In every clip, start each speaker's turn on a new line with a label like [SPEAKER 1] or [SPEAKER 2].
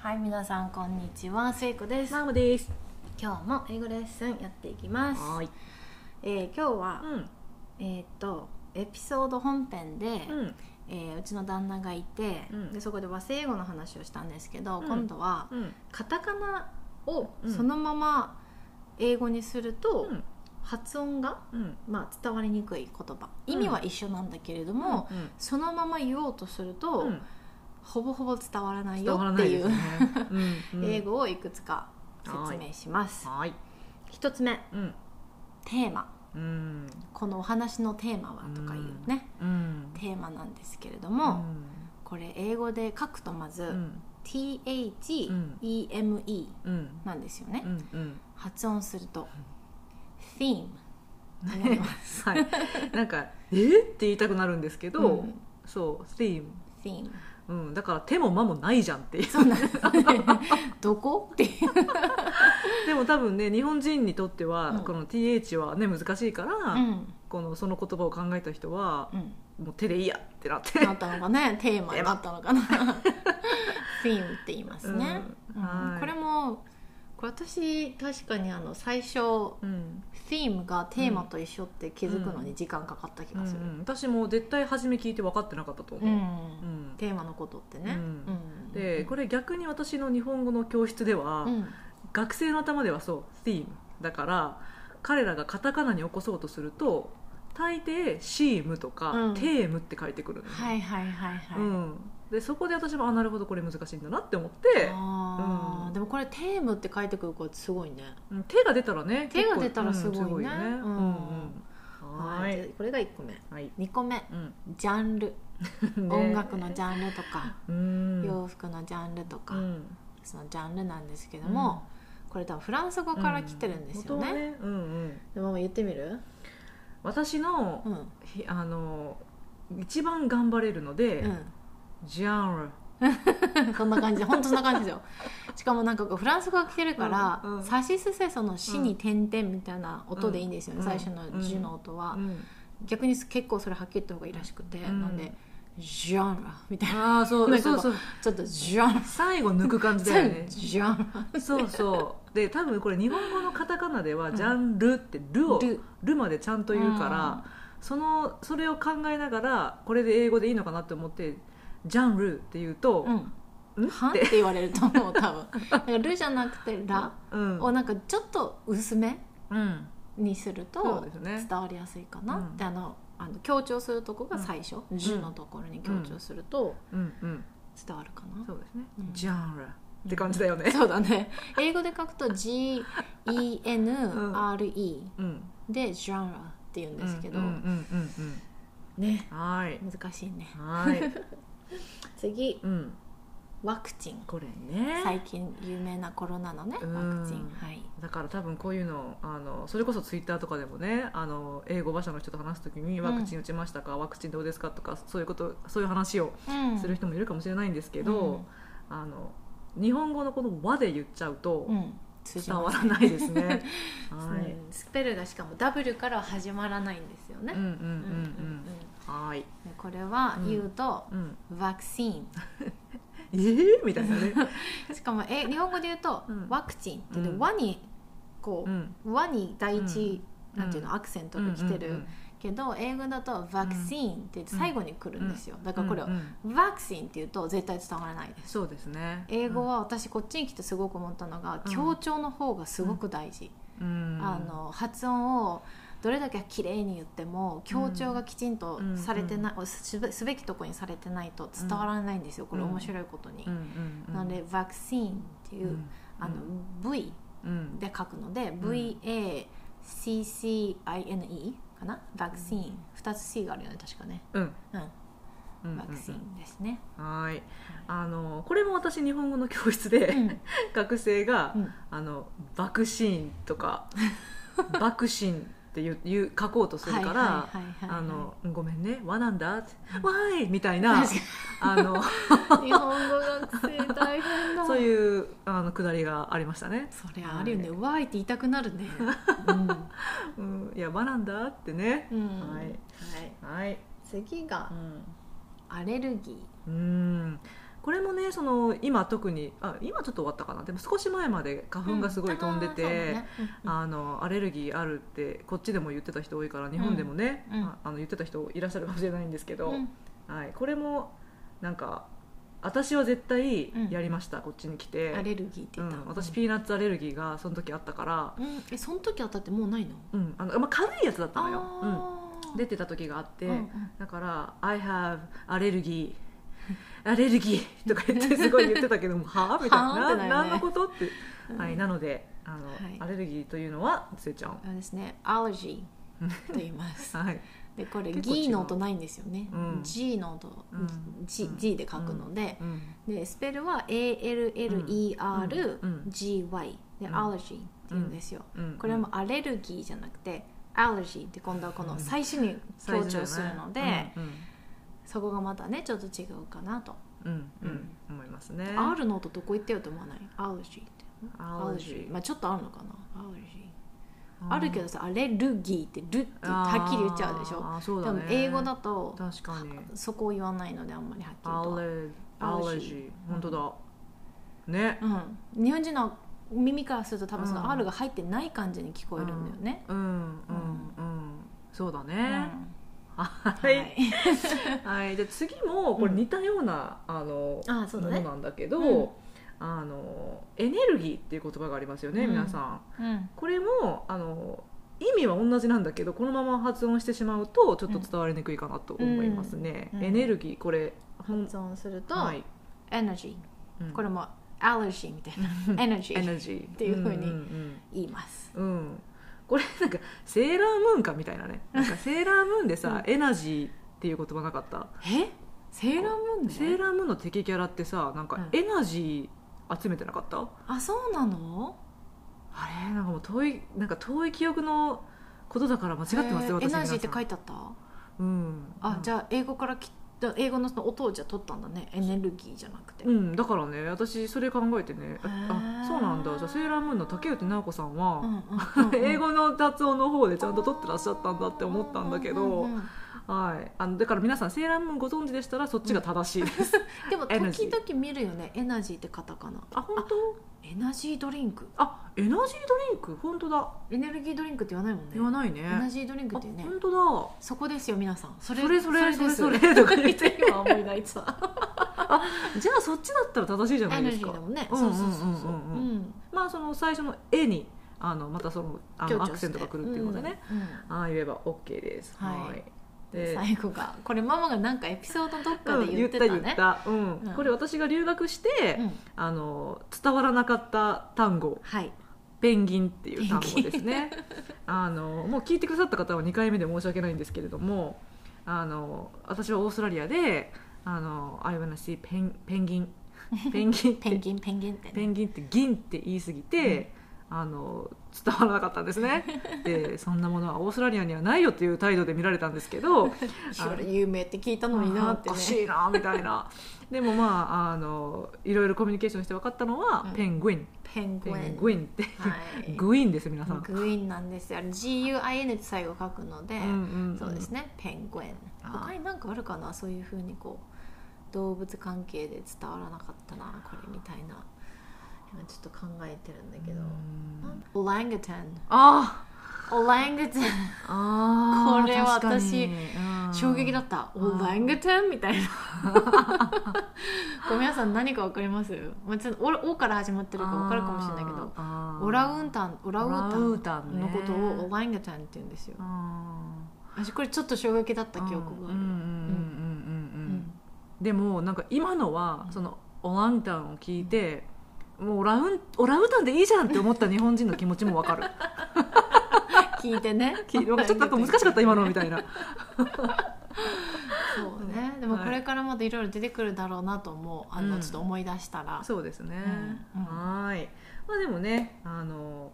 [SPEAKER 1] はい、皆さんこんにちは、せいこです。
[SPEAKER 2] マムです。
[SPEAKER 1] 今日も英語レッスンやっていきます。
[SPEAKER 2] い。
[SPEAKER 1] えー今日は
[SPEAKER 2] う、ん。
[SPEAKER 1] えーっとエピソード本編で、
[SPEAKER 2] うん。
[SPEAKER 1] えーうちの旦那がいて、
[SPEAKER 2] うん
[SPEAKER 1] でそこで和製英語の話をしたんですけど、
[SPEAKER 2] うん
[SPEAKER 1] 今度は
[SPEAKER 2] うん。
[SPEAKER 1] カタカナを
[SPEAKER 2] うん
[SPEAKER 1] そのまま英語にすると、
[SPEAKER 2] うん
[SPEAKER 1] 発音が
[SPEAKER 2] うん。
[SPEAKER 1] まあ伝わりにくい言葉、意味は一緒なんだけれども、
[SPEAKER 2] もうん、
[SPEAKER 1] そのまま言おうとすると、
[SPEAKER 2] うん。
[SPEAKER 1] ほぼほぼ伝わらない
[SPEAKER 2] 伝
[SPEAKER 1] よ
[SPEAKER 2] わら
[SPEAKER 1] っ
[SPEAKER 2] な
[SPEAKER 1] て
[SPEAKER 2] い
[SPEAKER 1] い
[SPEAKER 2] で
[SPEAKER 1] う
[SPEAKER 2] すね。うんうん
[SPEAKER 1] 英。語をいくつか説明します。
[SPEAKER 2] はい。
[SPEAKER 1] 一つ目
[SPEAKER 2] うん。
[SPEAKER 1] テーマ
[SPEAKER 2] うん。
[SPEAKER 1] このお話のテーマはとかいうね、
[SPEAKER 2] うん。
[SPEAKER 1] テーマなんですけれども、これ英語で書くとまず、
[SPEAKER 2] うん。うん。
[SPEAKER 1] THEME
[SPEAKER 2] うん。
[SPEAKER 1] なんですよね、
[SPEAKER 2] うん。うん。
[SPEAKER 1] 発音すると theme になります
[SPEAKER 2] はい。なんか、えって言いたくなるんですけ
[SPEAKER 1] う
[SPEAKER 2] ど
[SPEAKER 1] ん、
[SPEAKER 2] そう、スティー
[SPEAKER 1] theme
[SPEAKER 2] ム。うん。だから、手も間もないじゃんっていう。
[SPEAKER 1] そうなんです ねどこっていう
[SPEAKER 2] でも多分ね、日本人にとって
[SPEAKER 1] う
[SPEAKER 2] は
[SPEAKER 1] ん、
[SPEAKER 2] この TH はね、難しいか
[SPEAKER 1] う
[SPEAKER 2] ら、
[SPEAKER 1] ん
[SPEAKER 2] この、その言葉を考えた人は
[SPEAKER 1] う、ん
[SPEAKER 2] もう手でいいやってなって。
[SPEAKER 1] なったのかねテーマになったの かな theme って言いますね、
[SPEAKER 2] うん
[SPEAKER 1] うん
[SPEAKER 2] はい
[SPEAKER 1] これもこれ私確かにあの最初
[SPEAKER 2] うん。
[SPEAKER 1] theme がテーマと一緒って気づくのに時間かかった気
[SPEAKER 2] う
[SPEAKER 1] が
[SPEAKER 2] ん
[SPEAKER 1] する、
[SPEAKER 2] うん私も絶対初め聞いて分かってなかったと思う、
[SPEAKER 1] うん
[SPEAKER 2] うん
[SPEAKER 1] テーマのことってね、
[SPEAKER 2] うん
[SPEAKER 1] うん
[SPEAKER 2] でこれ逆に私の日本語の教室では、
[SPEAKER 1] うん
[SPEAKER 2] 学生の頭ではそう「theme」だから彼らがカタカナに起こそうとすると大抵「シーム」とか「
[SPEAKER 1] うん
[SPEAKER 2] テーム」って書いてくるのね
[SPEAKER 1] はいはいはいはい、
[SPEAKER 2] うん、でそこで私もあなるほどこれ難しいんだなって思って
[SPEAKER 1] あー
[SPEAKER 2] うん
[SPEAKER 1] でもこれテームって書いてくる子ってすごいね
[SPEAKER 2] うん手が出たらね
[SPEAKER 1] 手が
[SPEAKER 2] 結構
[SPEAKER 1] 出たら
[SPEAKER 2] うん
[SPEAKER 1] すごいね
[SPEAKER 2] よね
[SPEAKER 1] うん
[SPEAKER 2] うんうんは
[SPEAKER 1] じゃ
[SPEAKER 2] い
[SPEAKER 1] あこれが1個目
[SPEAKER 2] はい、
[SPEAKER 1] 2個目
[SPEAKER 2] うん
[SPEAKER 1] ジャンル、
[SPEAKER 2] ね
[SPEAKER 1] 音楽のジャンルとか、
[SPEAKER 2] うん
[SPEAKER 1] 洋服のジャンルとか、
[SPEAKER 2] うん
[SPEAKER 1] そのジャンルなんですけども、これ多分フランス語から来てるんですよね,、
[SPEAKER 2] うん元はねうんうん、
[SPEAKER 1] でも言ってみる、
[SPEAKER 2] 私の
[SPEAKER 1] うん
[SPEAKER 2] ひあの一番頑張れるので、ジャンル
[SPEAKER 1] うん、そんな感じで本当そんな感じですよしかもなんかこうフランス語が来てるから「
[SPEAKER 2] うんうん
[SPEAKER 1] さしすせその「し」に点々みたいな音でいいんですよね、
[SPEAKER 2] うん
[SPEAKER 1] 最初の「じ」の音は、
[SPEAKER 2] うん
[SPEAKER 1] 逆に結構それはっきり言った方がいいらしくて、
[SPEAKER 2] うん
[SPEAKER 1] なんで「ジャンル」みた いな
[SPEAKER 2] ああそ
[SPEAKER 1] な
[SPEAKER 2] う
[SPEAKER 1] か
[SPEAKER 2] んそ
[SPEAKER 1] こう
[SPEAKER 2] うそう
[SPEAKER 1] ちょっと「ジャンル」
[SPEAKER 2] 最後抜く感じだよね
[SPEAKER 1] ジャン
[SPEAKER 2] そうそうで多分これ日本語のカタカナでは
[SPEAKER 1] ん
[SPEAKER 2] ジャンルってルを
[SPEAKER 1] ル
[SPEAKER 2] ルまでちゃんと言うからそのそれを考えながらこれで英語でいいのかなって思ってジャンルって言うと
[SPEAKER 1] う、ん
[SPEAKER 2] う
[SPEAKER 1] 「
[SPEAKER 2] ん
[SPEAKER 1] はん」って言われると思う多分 だから「ル」じゃなくて「ラ
[SPEAKER 2] うん」
[SPEAKER 1] をなんかちょっと薄め
[SPEAKER 2] うん
[SPEAKER 1] にする
[SPEAKER 2] そ
[SPEAKER 1] と
[SPEAKER 2] うですね
[SPEAKER 1] 伝わりやすいかな
[SPEAKER 2] うん
[SPEAKER 1] ってあのあの強調するとこが最初「ジ」のところに強調すると
[SPEAKER 2] うんうん
[SPEAKER 1] 伝わるかな
[SPEAKER 2] そうですね、
[SPEAKER 1] うん
[SPEAKER 2] ジャンルって感じだよね
[SPEAKER 1] そうだね英語で書くと「GENRE
[SPEAKER 2] うん、」
[SPEAKER 1] で「ジャンル」って言うんですけど
[SPEAKER 2] うんうんうんうん
[SPEAKER 1] ね
[SPEAKER 2] うんはい
[SPEAKER 1] 難しいね
[SPEAKER 2] はい、
[SPEAKER 1] 次
[SPEAKER 2] うん、
[SPEAKER 1] ワクチン
[SPEAKER 2] これね
[SPEAKER 1] 最近有名なコロナのねワ
[SPEAKER 2] うん
[SPEAKER 1] クチンはい
[SPEAKER 2] だから多分こういうのあのそれこそツイッターとかでもねあの英語馬車の人と話す時に
[SPEAKER 1] ん
[SPEAKER 2] ワクチン打ちましたか、ワクチンどうですかとかそういうことそういう話を
[SPEAKER 1] うん
[SPEAKER 2] する人もいるかもしれないんですけど、あの日本語のこの「和」で言っちゃうと
[SPEAKER 1] うん通じ
[SPEAKER 2] 伝
[SPEAKER 1] ま
[SPEAKER 2] わ
[SPEAKER 1] す
[SPEAKER 2] らないで すね。はい、
[SPEAKER 1] うんスペルがしかも W からは始まらないんですよね
[SPEAKER 2] うんうんう
[SPEAKER 1] うんうんう
[SPEAKER 2] ん
[SPEAKER 1] ん
[SPEAKER 2] うんはい、
[SPEAKER 1] でこれは言うと
[SPEAKER 2] うん、
[SPEAKER 1] 「ワクチン
[SPEAKER 2] えー、みたいなね、」
[SPEAKER 1] しかもえ日本語で言うと「
[SPEAKER 2] うん
[SPEAKER 1] ワクチン」って言っ
[SPEAKER 2] う
[SPEAKER 1] て「
[SPEAKER 2] ん
[SPEAKER 1] 和」にこ
[SPEAKER 2] う、
[SPEAKER 1] うん「和」に第一
[SPEAKER 2] うん
[SPEAKER 1] なんていうのアクセントが来て
[SPEAKER 2] うんう
[SPEAKER 1] る
[SPEAKER 2] ん
[SPEAKER 1] けど英語だと「ワクチン」って言って最後に来るんですよだ
[SPEAKER 2] う
[SPEAKER 1] か
[SPEAKER 2] ん、
[SPEAKER 1] らこれを
[SPEAKER 2] うんう
[SPEAKER 1] 「
[SPEAKER 2] ん
[SPEAKER 1] ワクチン」って言うと絶対伝わらないです
[SPEAKER 2] そうですね
[SPEAKER 1] 英語、は私こっちに来てすごく思ったのが、
[SPEAKER 2] うん
[SPEAKER 1] 強調の方がすごく大事、
[SPEAKER 2] うん、
[SPEAKER 1] あの発音をどれだけ綺麗に言っても強調がきちんとされてない、すべすべきとこにされてないと伝わらないんですよ、これ面白いことに。
[SPEAKER 2] うんうんうん、
[SPEAKER 1] なので「ワクチン」っていう、
[SPEAKER 2] うん
[SPEAKER 1] あの V
[SPEAKER 2] うん、
[SPEAKER 1] で書くので、VACCINE かな「ワクチン」2つ C があるよね確かね、
[SPEAKER 2] うん
[SPEAKER 1] うん、
[SPEAKER 2] うん
[SPEAKER 1] ワクチンですね。
[SPEAKER 2] はいあのこれも私日本語の教室で、
[SPEAKER 1] うん
[SPEAKER 2] 学生が、
[SPEAKER 1] うん
[SPEAKER 2] あのバクシーンと かバクシンっていういう書こうとする
[SPEAKER 1] は
[SPEAKER 2] から、
[SPEAKER 1] いはいはいはいはい
[SPEAKER 2] あのごめんね和なんだってわーいみたいな
[SPEAKER 1] 確
[SPEAKER 2] あ の
[SPEAKER 1] 日本語学生大変だ
[SPEAKER 2] そういうあのくだりがありましたね。
[SPEAKER 1] そりゃあるよね、うわーいって言いたくなるねうん
[SPEAKER 2] うん、いや和なんだってね。
[SPEAKER 1] うん
[SPEAKER 2] はい
[SPEAKER 1] はい
[SPEAKER 2] はい。
[SPEAKER 1] 次が
[SPEAKER 2] うん
[SPEAKER 1] アレルギ
[SPEAKER 2] うんこれもねその今特にあ今ちょっと終わったかなでも少し前まで花粉がすごい飛んでて、あのアレルギーあるってこっちでも言ってた人多いから日本でもね、
[SPEAKER 1] うん
[SPEAKER 2] ああの言ってた人いらっしゃるかもしれないんですけど、
[SPEAKER 1] うん
[SPEAKER 2] はい、これもなんか私は絶対やりました、こっちに来て
[SPEAKER 1] アレルギーって
[SPEAKER 2] う
[SPEAKER 1] 言った、
[SPEAKER 2] ん、私ピーナッツアレルギーがその時あったから、
[SPEAKER 1] うん、えその時あったってもうないの
[SPEAKER 2] うんあのまあ、軽いやつだったのよ、
[SPEAKER 1] あー
[SPEAKER 2] うん、出てた時があって、
[SPEAKER 1] うんうん
[SPEAKER 2] だから「I have アレルギー」アレルギーとか言ってすごい言ってたけ どもはあみたい
[SPEAKER 1] はあ
[SPEAKER 2] な
[SPEAKER 1] ってなるね
[SPEAKER 2] 何のことって、
[SPEAKER 1] うん
[SPEAKER 2] はい、なのであの、
[SPEAKER 1] はい
[SPEAKER 2] アレルギーというのはつえちゃん
[SPEAKER 1] あれですねアレルギーと言い ます
[SPEAKER 2] はい、
[SPEAKER 1] でこれ
[SPEAKER 2] 結構違う
[SPEAKER 1] G の音ないんですよね、
[SPEAKER 2] うん
[SPEAKER 1] G の音、
[SPEAKER 2] うん
[SPEAKER 1] G,
[SPEAKER 2] うん
[SPEAKER 1] G で書くので,、
[SPEAKER 2] うん
[SPEAKER 1] でスペルは ALLERGY で、アレルギーって言
[SPEAKER 2] うんうんうん
[SPEAKER 1] うんですよ、
[SPEAKER 2] うん
[SPEAKER 1] これもアレルギーじゃなくてアレルギーって今度はこの最初に強調するので、
[SPEAKER 2] うん
[SPEAKER 1] そこがまたねちょっと違うかなと、
[SPEAKER 2] うん
[SPEAKER 1] う
[SPEAKER 2] うん、
[SPEAKER 1] ん
[SPEAKER 2] 思いますね
[SPEAKER 1] R の音どこ行ってよと思わないアレルギーって
[SPEAKER 2] アレルギー
[SPEAKER 1] まあちょっとあるのかなアレルギーあるけどさアレルギーってルってはっきり言っちゃうでしょ
[SPEAKER 2] あーそう
[SPEAKER 1] で
[SPEAKER 2] だ、
[SPEAKER 1] も
[SPEAKER 2] ね、
[SPEAKER 1] 英語だと
[SPEAKER 2] 確かに
[SPEAKER 1] そこを言わないのであんまりはっきりと
[SPEAKER 2] ア
[SPEAKER 1] は、
[SPEAKER 2] レ
[SPEAKER 1] ア
[SPEAKER 2] ア
[SPEAKER 1] レ
[SPEAKER 2] レ
[SPEAKER 1] ル
[SPEAKER 2] ル
[SPEAKER 1] ギー
[SPEAKER 2] ギー本当だね
[SPEAKER 1] うん、日本人の耳からすると多分そ
[SPEAKER 2] うん
[SPEAKER 1] の R が入ってない感じに聞こえるんだよね、
[SPEAKER 2] うんうんうんそうだ
[SPEAKER 1] うん
[SPEAKER 2] ね、
[SPEAKER 1] は
[SPEAKER 2] はいい、はい、で次もこれ似たような、あの
[SPEAKER 1] あそうだね
[SPEAKER 2] ものなんだけど、
[SPEAKER 1] うん
[SPEAKER 2] あのエネルギーっていう言葉がありますよね、
[SPEAKER 1] うん
[SPEAKER 2] 皆さ
[SPEAKER 1] う
[SPEAKER 2] ん
[SPEAKER 1] ん
[SPEAKER 2] これもあの意味は同じなんだけどこのまま発音してしまうとちょっと伝わりにくいかなと思いますね、
[SPEAKER 1] うんうん
[SPEAKER 2] エネルギーこれほん
[SPEAKER 1] 発音すると、
[SPEAKER 2] はい、
[SPEAKER 1] エナジ
[SPEAKER 2] うん
[SPEAKER 1] ーこれもアレルギーみたい なエナジ
[SPEAKER 2] エ
[SPEAKER 1] ー
[SPEAKER 2] ネルギーって
[SPEAKER 1] いう風に
[SPEAKER 2] んうん
[SPEAKER 1] 言います
[SPEAKER 2] うんうんこれなんかセーラームーンかみたいな ねなんかセーラームーンでさ、エナジーっていう言葉なかった
[SPEAKER 1] えセーラームーンで
[SPEAKER 2] セーラームーンの敵キャラってさな
[SPEAKER 1] う
[SPEAKER 2] ん
[SPEAKER 1] ん
[SPEAKER 2] かエナジー集めてなかった、
[SPEAKER 1] あそうなの
[SPEAKER 2] あれなんかもう遠いなんか遠い記憶のことだから間違ってますよ
[SPEAKER 1] えーエ
[SPEAKER 2] 私
[SPEAKER 1] ナジーって書
[SPEAKER 2] いて
[SPEAKER 1] いてあった
[SPEAKER 2] うん
[SPEAKER 1] あ、じ
[SPEAKER 2] ゃ
[SPEAKER 1] ゃあ英語からき英語のその音をじゃあ取ったんだねエネルギーじゃなくて、
[SPEAKER 2] うんだからね私それ考えてねあ
[SPEAKER 1] へー
[SPEAKER 2] あそうなんだじゃあセーラームーンの竹内直子さんは、
[SPEAKER 1] うんうんうん
[SPEAKER 2] 英語の雑音の方でちゃんと取ってらっしゃったんだって思ったんだけど、
[SPEAKER 1] うんうんうん
[SPEAKER 2] はい、あのだから皆さんセーラームーンご存知でしたらそっちが正しいです、
[SPEAKER 1] でも
[SPEAKER 2] エナジ
[SPEAKER 1] 時
[SPEAKER 2] ー
[SPEAKER 1] 々見るよねエナジーってカタカナ
[SPEAKER 2] あ本当
[SPEAKER 1] エナジードリンク
[SPEAKER 2] あエナジードリンク本当だ
[SPEAKER 1] エネルギードリンクって言わないもんね
[SPEAKER 2] 言わないね
[SPEAKER 1] エナジードリンク
[SPEAKER 2] あ
[SPEAKER 1] って言うね
[SPEAKER 2] 本当だ
[SPEAKER 1] そこですよ皆さんそ
[SPEAKER 2] それそれ
[SPEAKER 1] です
[SPEAKER 2] それそ れとか言って
[SPEAKER 1] 今思い出した
[SPEAKER 2] じゃあそっちだったら正しいじゃな
[SPEAKER 1] エ
[SPEAKER 2] い
[SPEAKER 1] ナ
[SPEAKER 2] で
[SPEAKER 1] ジ
[SPEAKER 2] す
[SPEAKER 1] ー
[SPEAKER 2] か
[SPEAKER 1] だもんね、
[SPEAKER 2] うん
[SPEAKER 1] そううんそうそうそう、
[SPEAKER 2] うんうん
[SPEAKER 1] ん、
[SPEAKER 2] まあその最初の「絵にあのまたそのあ
[SPEAKER 1] 強
[SPEAKER 2] の
[SPEAKER 1] 調
[SPEAKER 2] ア
[SPEAKER 1] して
[SPEAKER 2] クセントがくるっていうことでね、、
[SPEAKER 1] うんうん
[SPEAKER 2] ああ言えば OK です
[SPEAKER 1] はい
[SPEAKER 2] で
[SPEAKER 1] 最後がこれママがなんかエピソードどっか
[SPEAKER 2] う
[SPEAKER 1] で
[SPEAKER 2] ん
[SPEAKER 1] 言
[SPEAKER 2] 言
[SPEAKER 1] っ
[SPEAKER 2] ってた
[SPEAKER 1] たね、
[SPEAKER 2] 言った、うん
[SPEAKER 1] うん
[SPEAKER 2] これ私が留学して、
[SPEAKER 1] うん
[SPEAKER 2] あの伝わらなかった単語
[SPEAKER 1] はい
[SPEAKER 2] ペンギンっていう単
[SPEAKER 1] ペ
[SPEAKER 2] 語
[SPEAKER 1] ンギン
[SPEAKER 2] ですねあのもう聞いてくださった方は2回目で申し訳ないんですけれどもあの私はオーストラリアで「あの I wanna see ペンペンギ ン」ペンギンっ
[SPEAKER 1] ペン
[SPEAKER 2] て
[SPEAKER 1] ギンペンギンってね
[SPEAKER 2] ペンギンって銀って言い過ぎて、あの伝わらなかったんですねでそんなものはオーストラリアにはないよっていう態度で見られたんですけど
[SPEAKER 1] それ有名って聞いたのになって
[SPEAKER 2] お
[SPEAKER 1] ね
[SPEAKER 2] かしいなみたいなでもまああのいろいろコミュニケーションして分かったのは、
[SPEAKER 1] うん
[SPEAKER 2] ペングイン
[SPEAKER 1] ペン
[SPEAKER 2] ペ
[SPEAKER 1] ギン
[SPEAKER 2] ングインって、
[SPEAKER 1] はい
[SPEAKER 2] グインです皆さん、
[SPEAKER 1] グインなんですよ GUIN って最後書くので、
[SPEAKER 2] ん
[SPEAKER 1] そうですねペンギン
[SPEAKER 2] あー
[SPEAKER 1] 他に何かあるかなそういうふうにこう動物関係で伝わらなかったなこれみたいな今ちょっと考えてるんだけど、オラングタン
[SPEAKER 2] あ
[SPEAKER 1] オラングタン
[SPEAKER 2] あー
[SPEAKER 1] これは
[SPEAKER 2] 確かに
[SPEAKER 1] 私
[SPEAKER 2] うん
[SPEAKER 1] 衝撃だったオ
[SPEAKER 2] うん
[SPEAKER 1] ラングタンみたいな これ皆さん何か分かります、まあ、ちょっとオオから始まってるか分かるかもしれないけど
[SPEAKER 2] あー
[SPEAKER 1] オラウンタンオラウータ
[SPEAKER 2] オラウータン
[SPEAKER 1] ン
[SPEAKER 2] ね
[SPEAKER 1] のことをオラングタンって言うんですよ
[SPEAKER 2] あ
[SPEAKER 1] 私これちょっと衝撃だっ
[SPEAKER 2] ー
[SPEAKER 1] た記憶があ
[SPEAKER 2] う
[SPEAKER 1] る
[SPEAKER 2] んうんうんうん
[SPEAKER 1] う
[SPEAKER 2] うん
[SPEAKER 1] ん
[SPEAKER 2] でもなんか今のは
[SPEAKER 1] うん
[SPEAKER 2] そのオランウータンを聞いて、もうオラウンオランウータンでいいじゃんって思った日本人の気持ちもわかる
[SPEAKER 1] 聞いて ね
[SPEAKER 2] きなんかちょっとなんか難しかった今のみ たいな
[SPEAKER 1] そうねでも
[SPEAKER 2] はい
[SPEAKER 1] これからまたいろいろ出てくるだろうなと思うあの、
[SPEAKER 2] うん
[SPEAKER 1] ちょっと思い出したら
[SPEAKER 2] そうですね、
[SPEAKER 1] うんうん
[SPEAKER 2] はーいまあでもねあの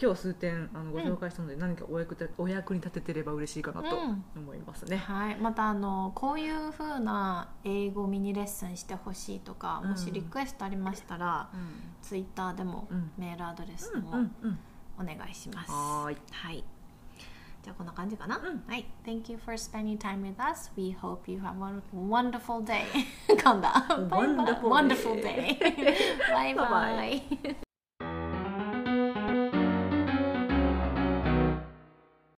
[SPEAKER 2] 今日数点あのご紹介したので、何かお役立てお役に立ててれば嬉しいかなと
[SPEAKER 1] うん
[SPEAKER 2] 思いますね、
[SPEAKER 1] はい、またあのこういうふうな英語ミニレッスンしてほしいとかもしリクエストありましたら、ツイッターでも
[SPEAKER 2] うん
[SPEAKER 1] メールアドレス
[SPEAKER 2] うん
[SPEAKER 1] も
[SPEAKER 2] うんうん
[SPEAKER 1] お願いします、
[SPEAKER 2] はーい
[SPEAKER 1] はいじゃあこんな感じかな、
[SPEAKER 2] うん
[SPEAKER 1] はい Thank you for spending time with us We hope you have a wonderful day 噛んだ
[SPEAKER 2] Wonderful
[SPEAKER 1] Wonderful
[SPEAKER 2] day
[SPEAKER 1] day バイバイ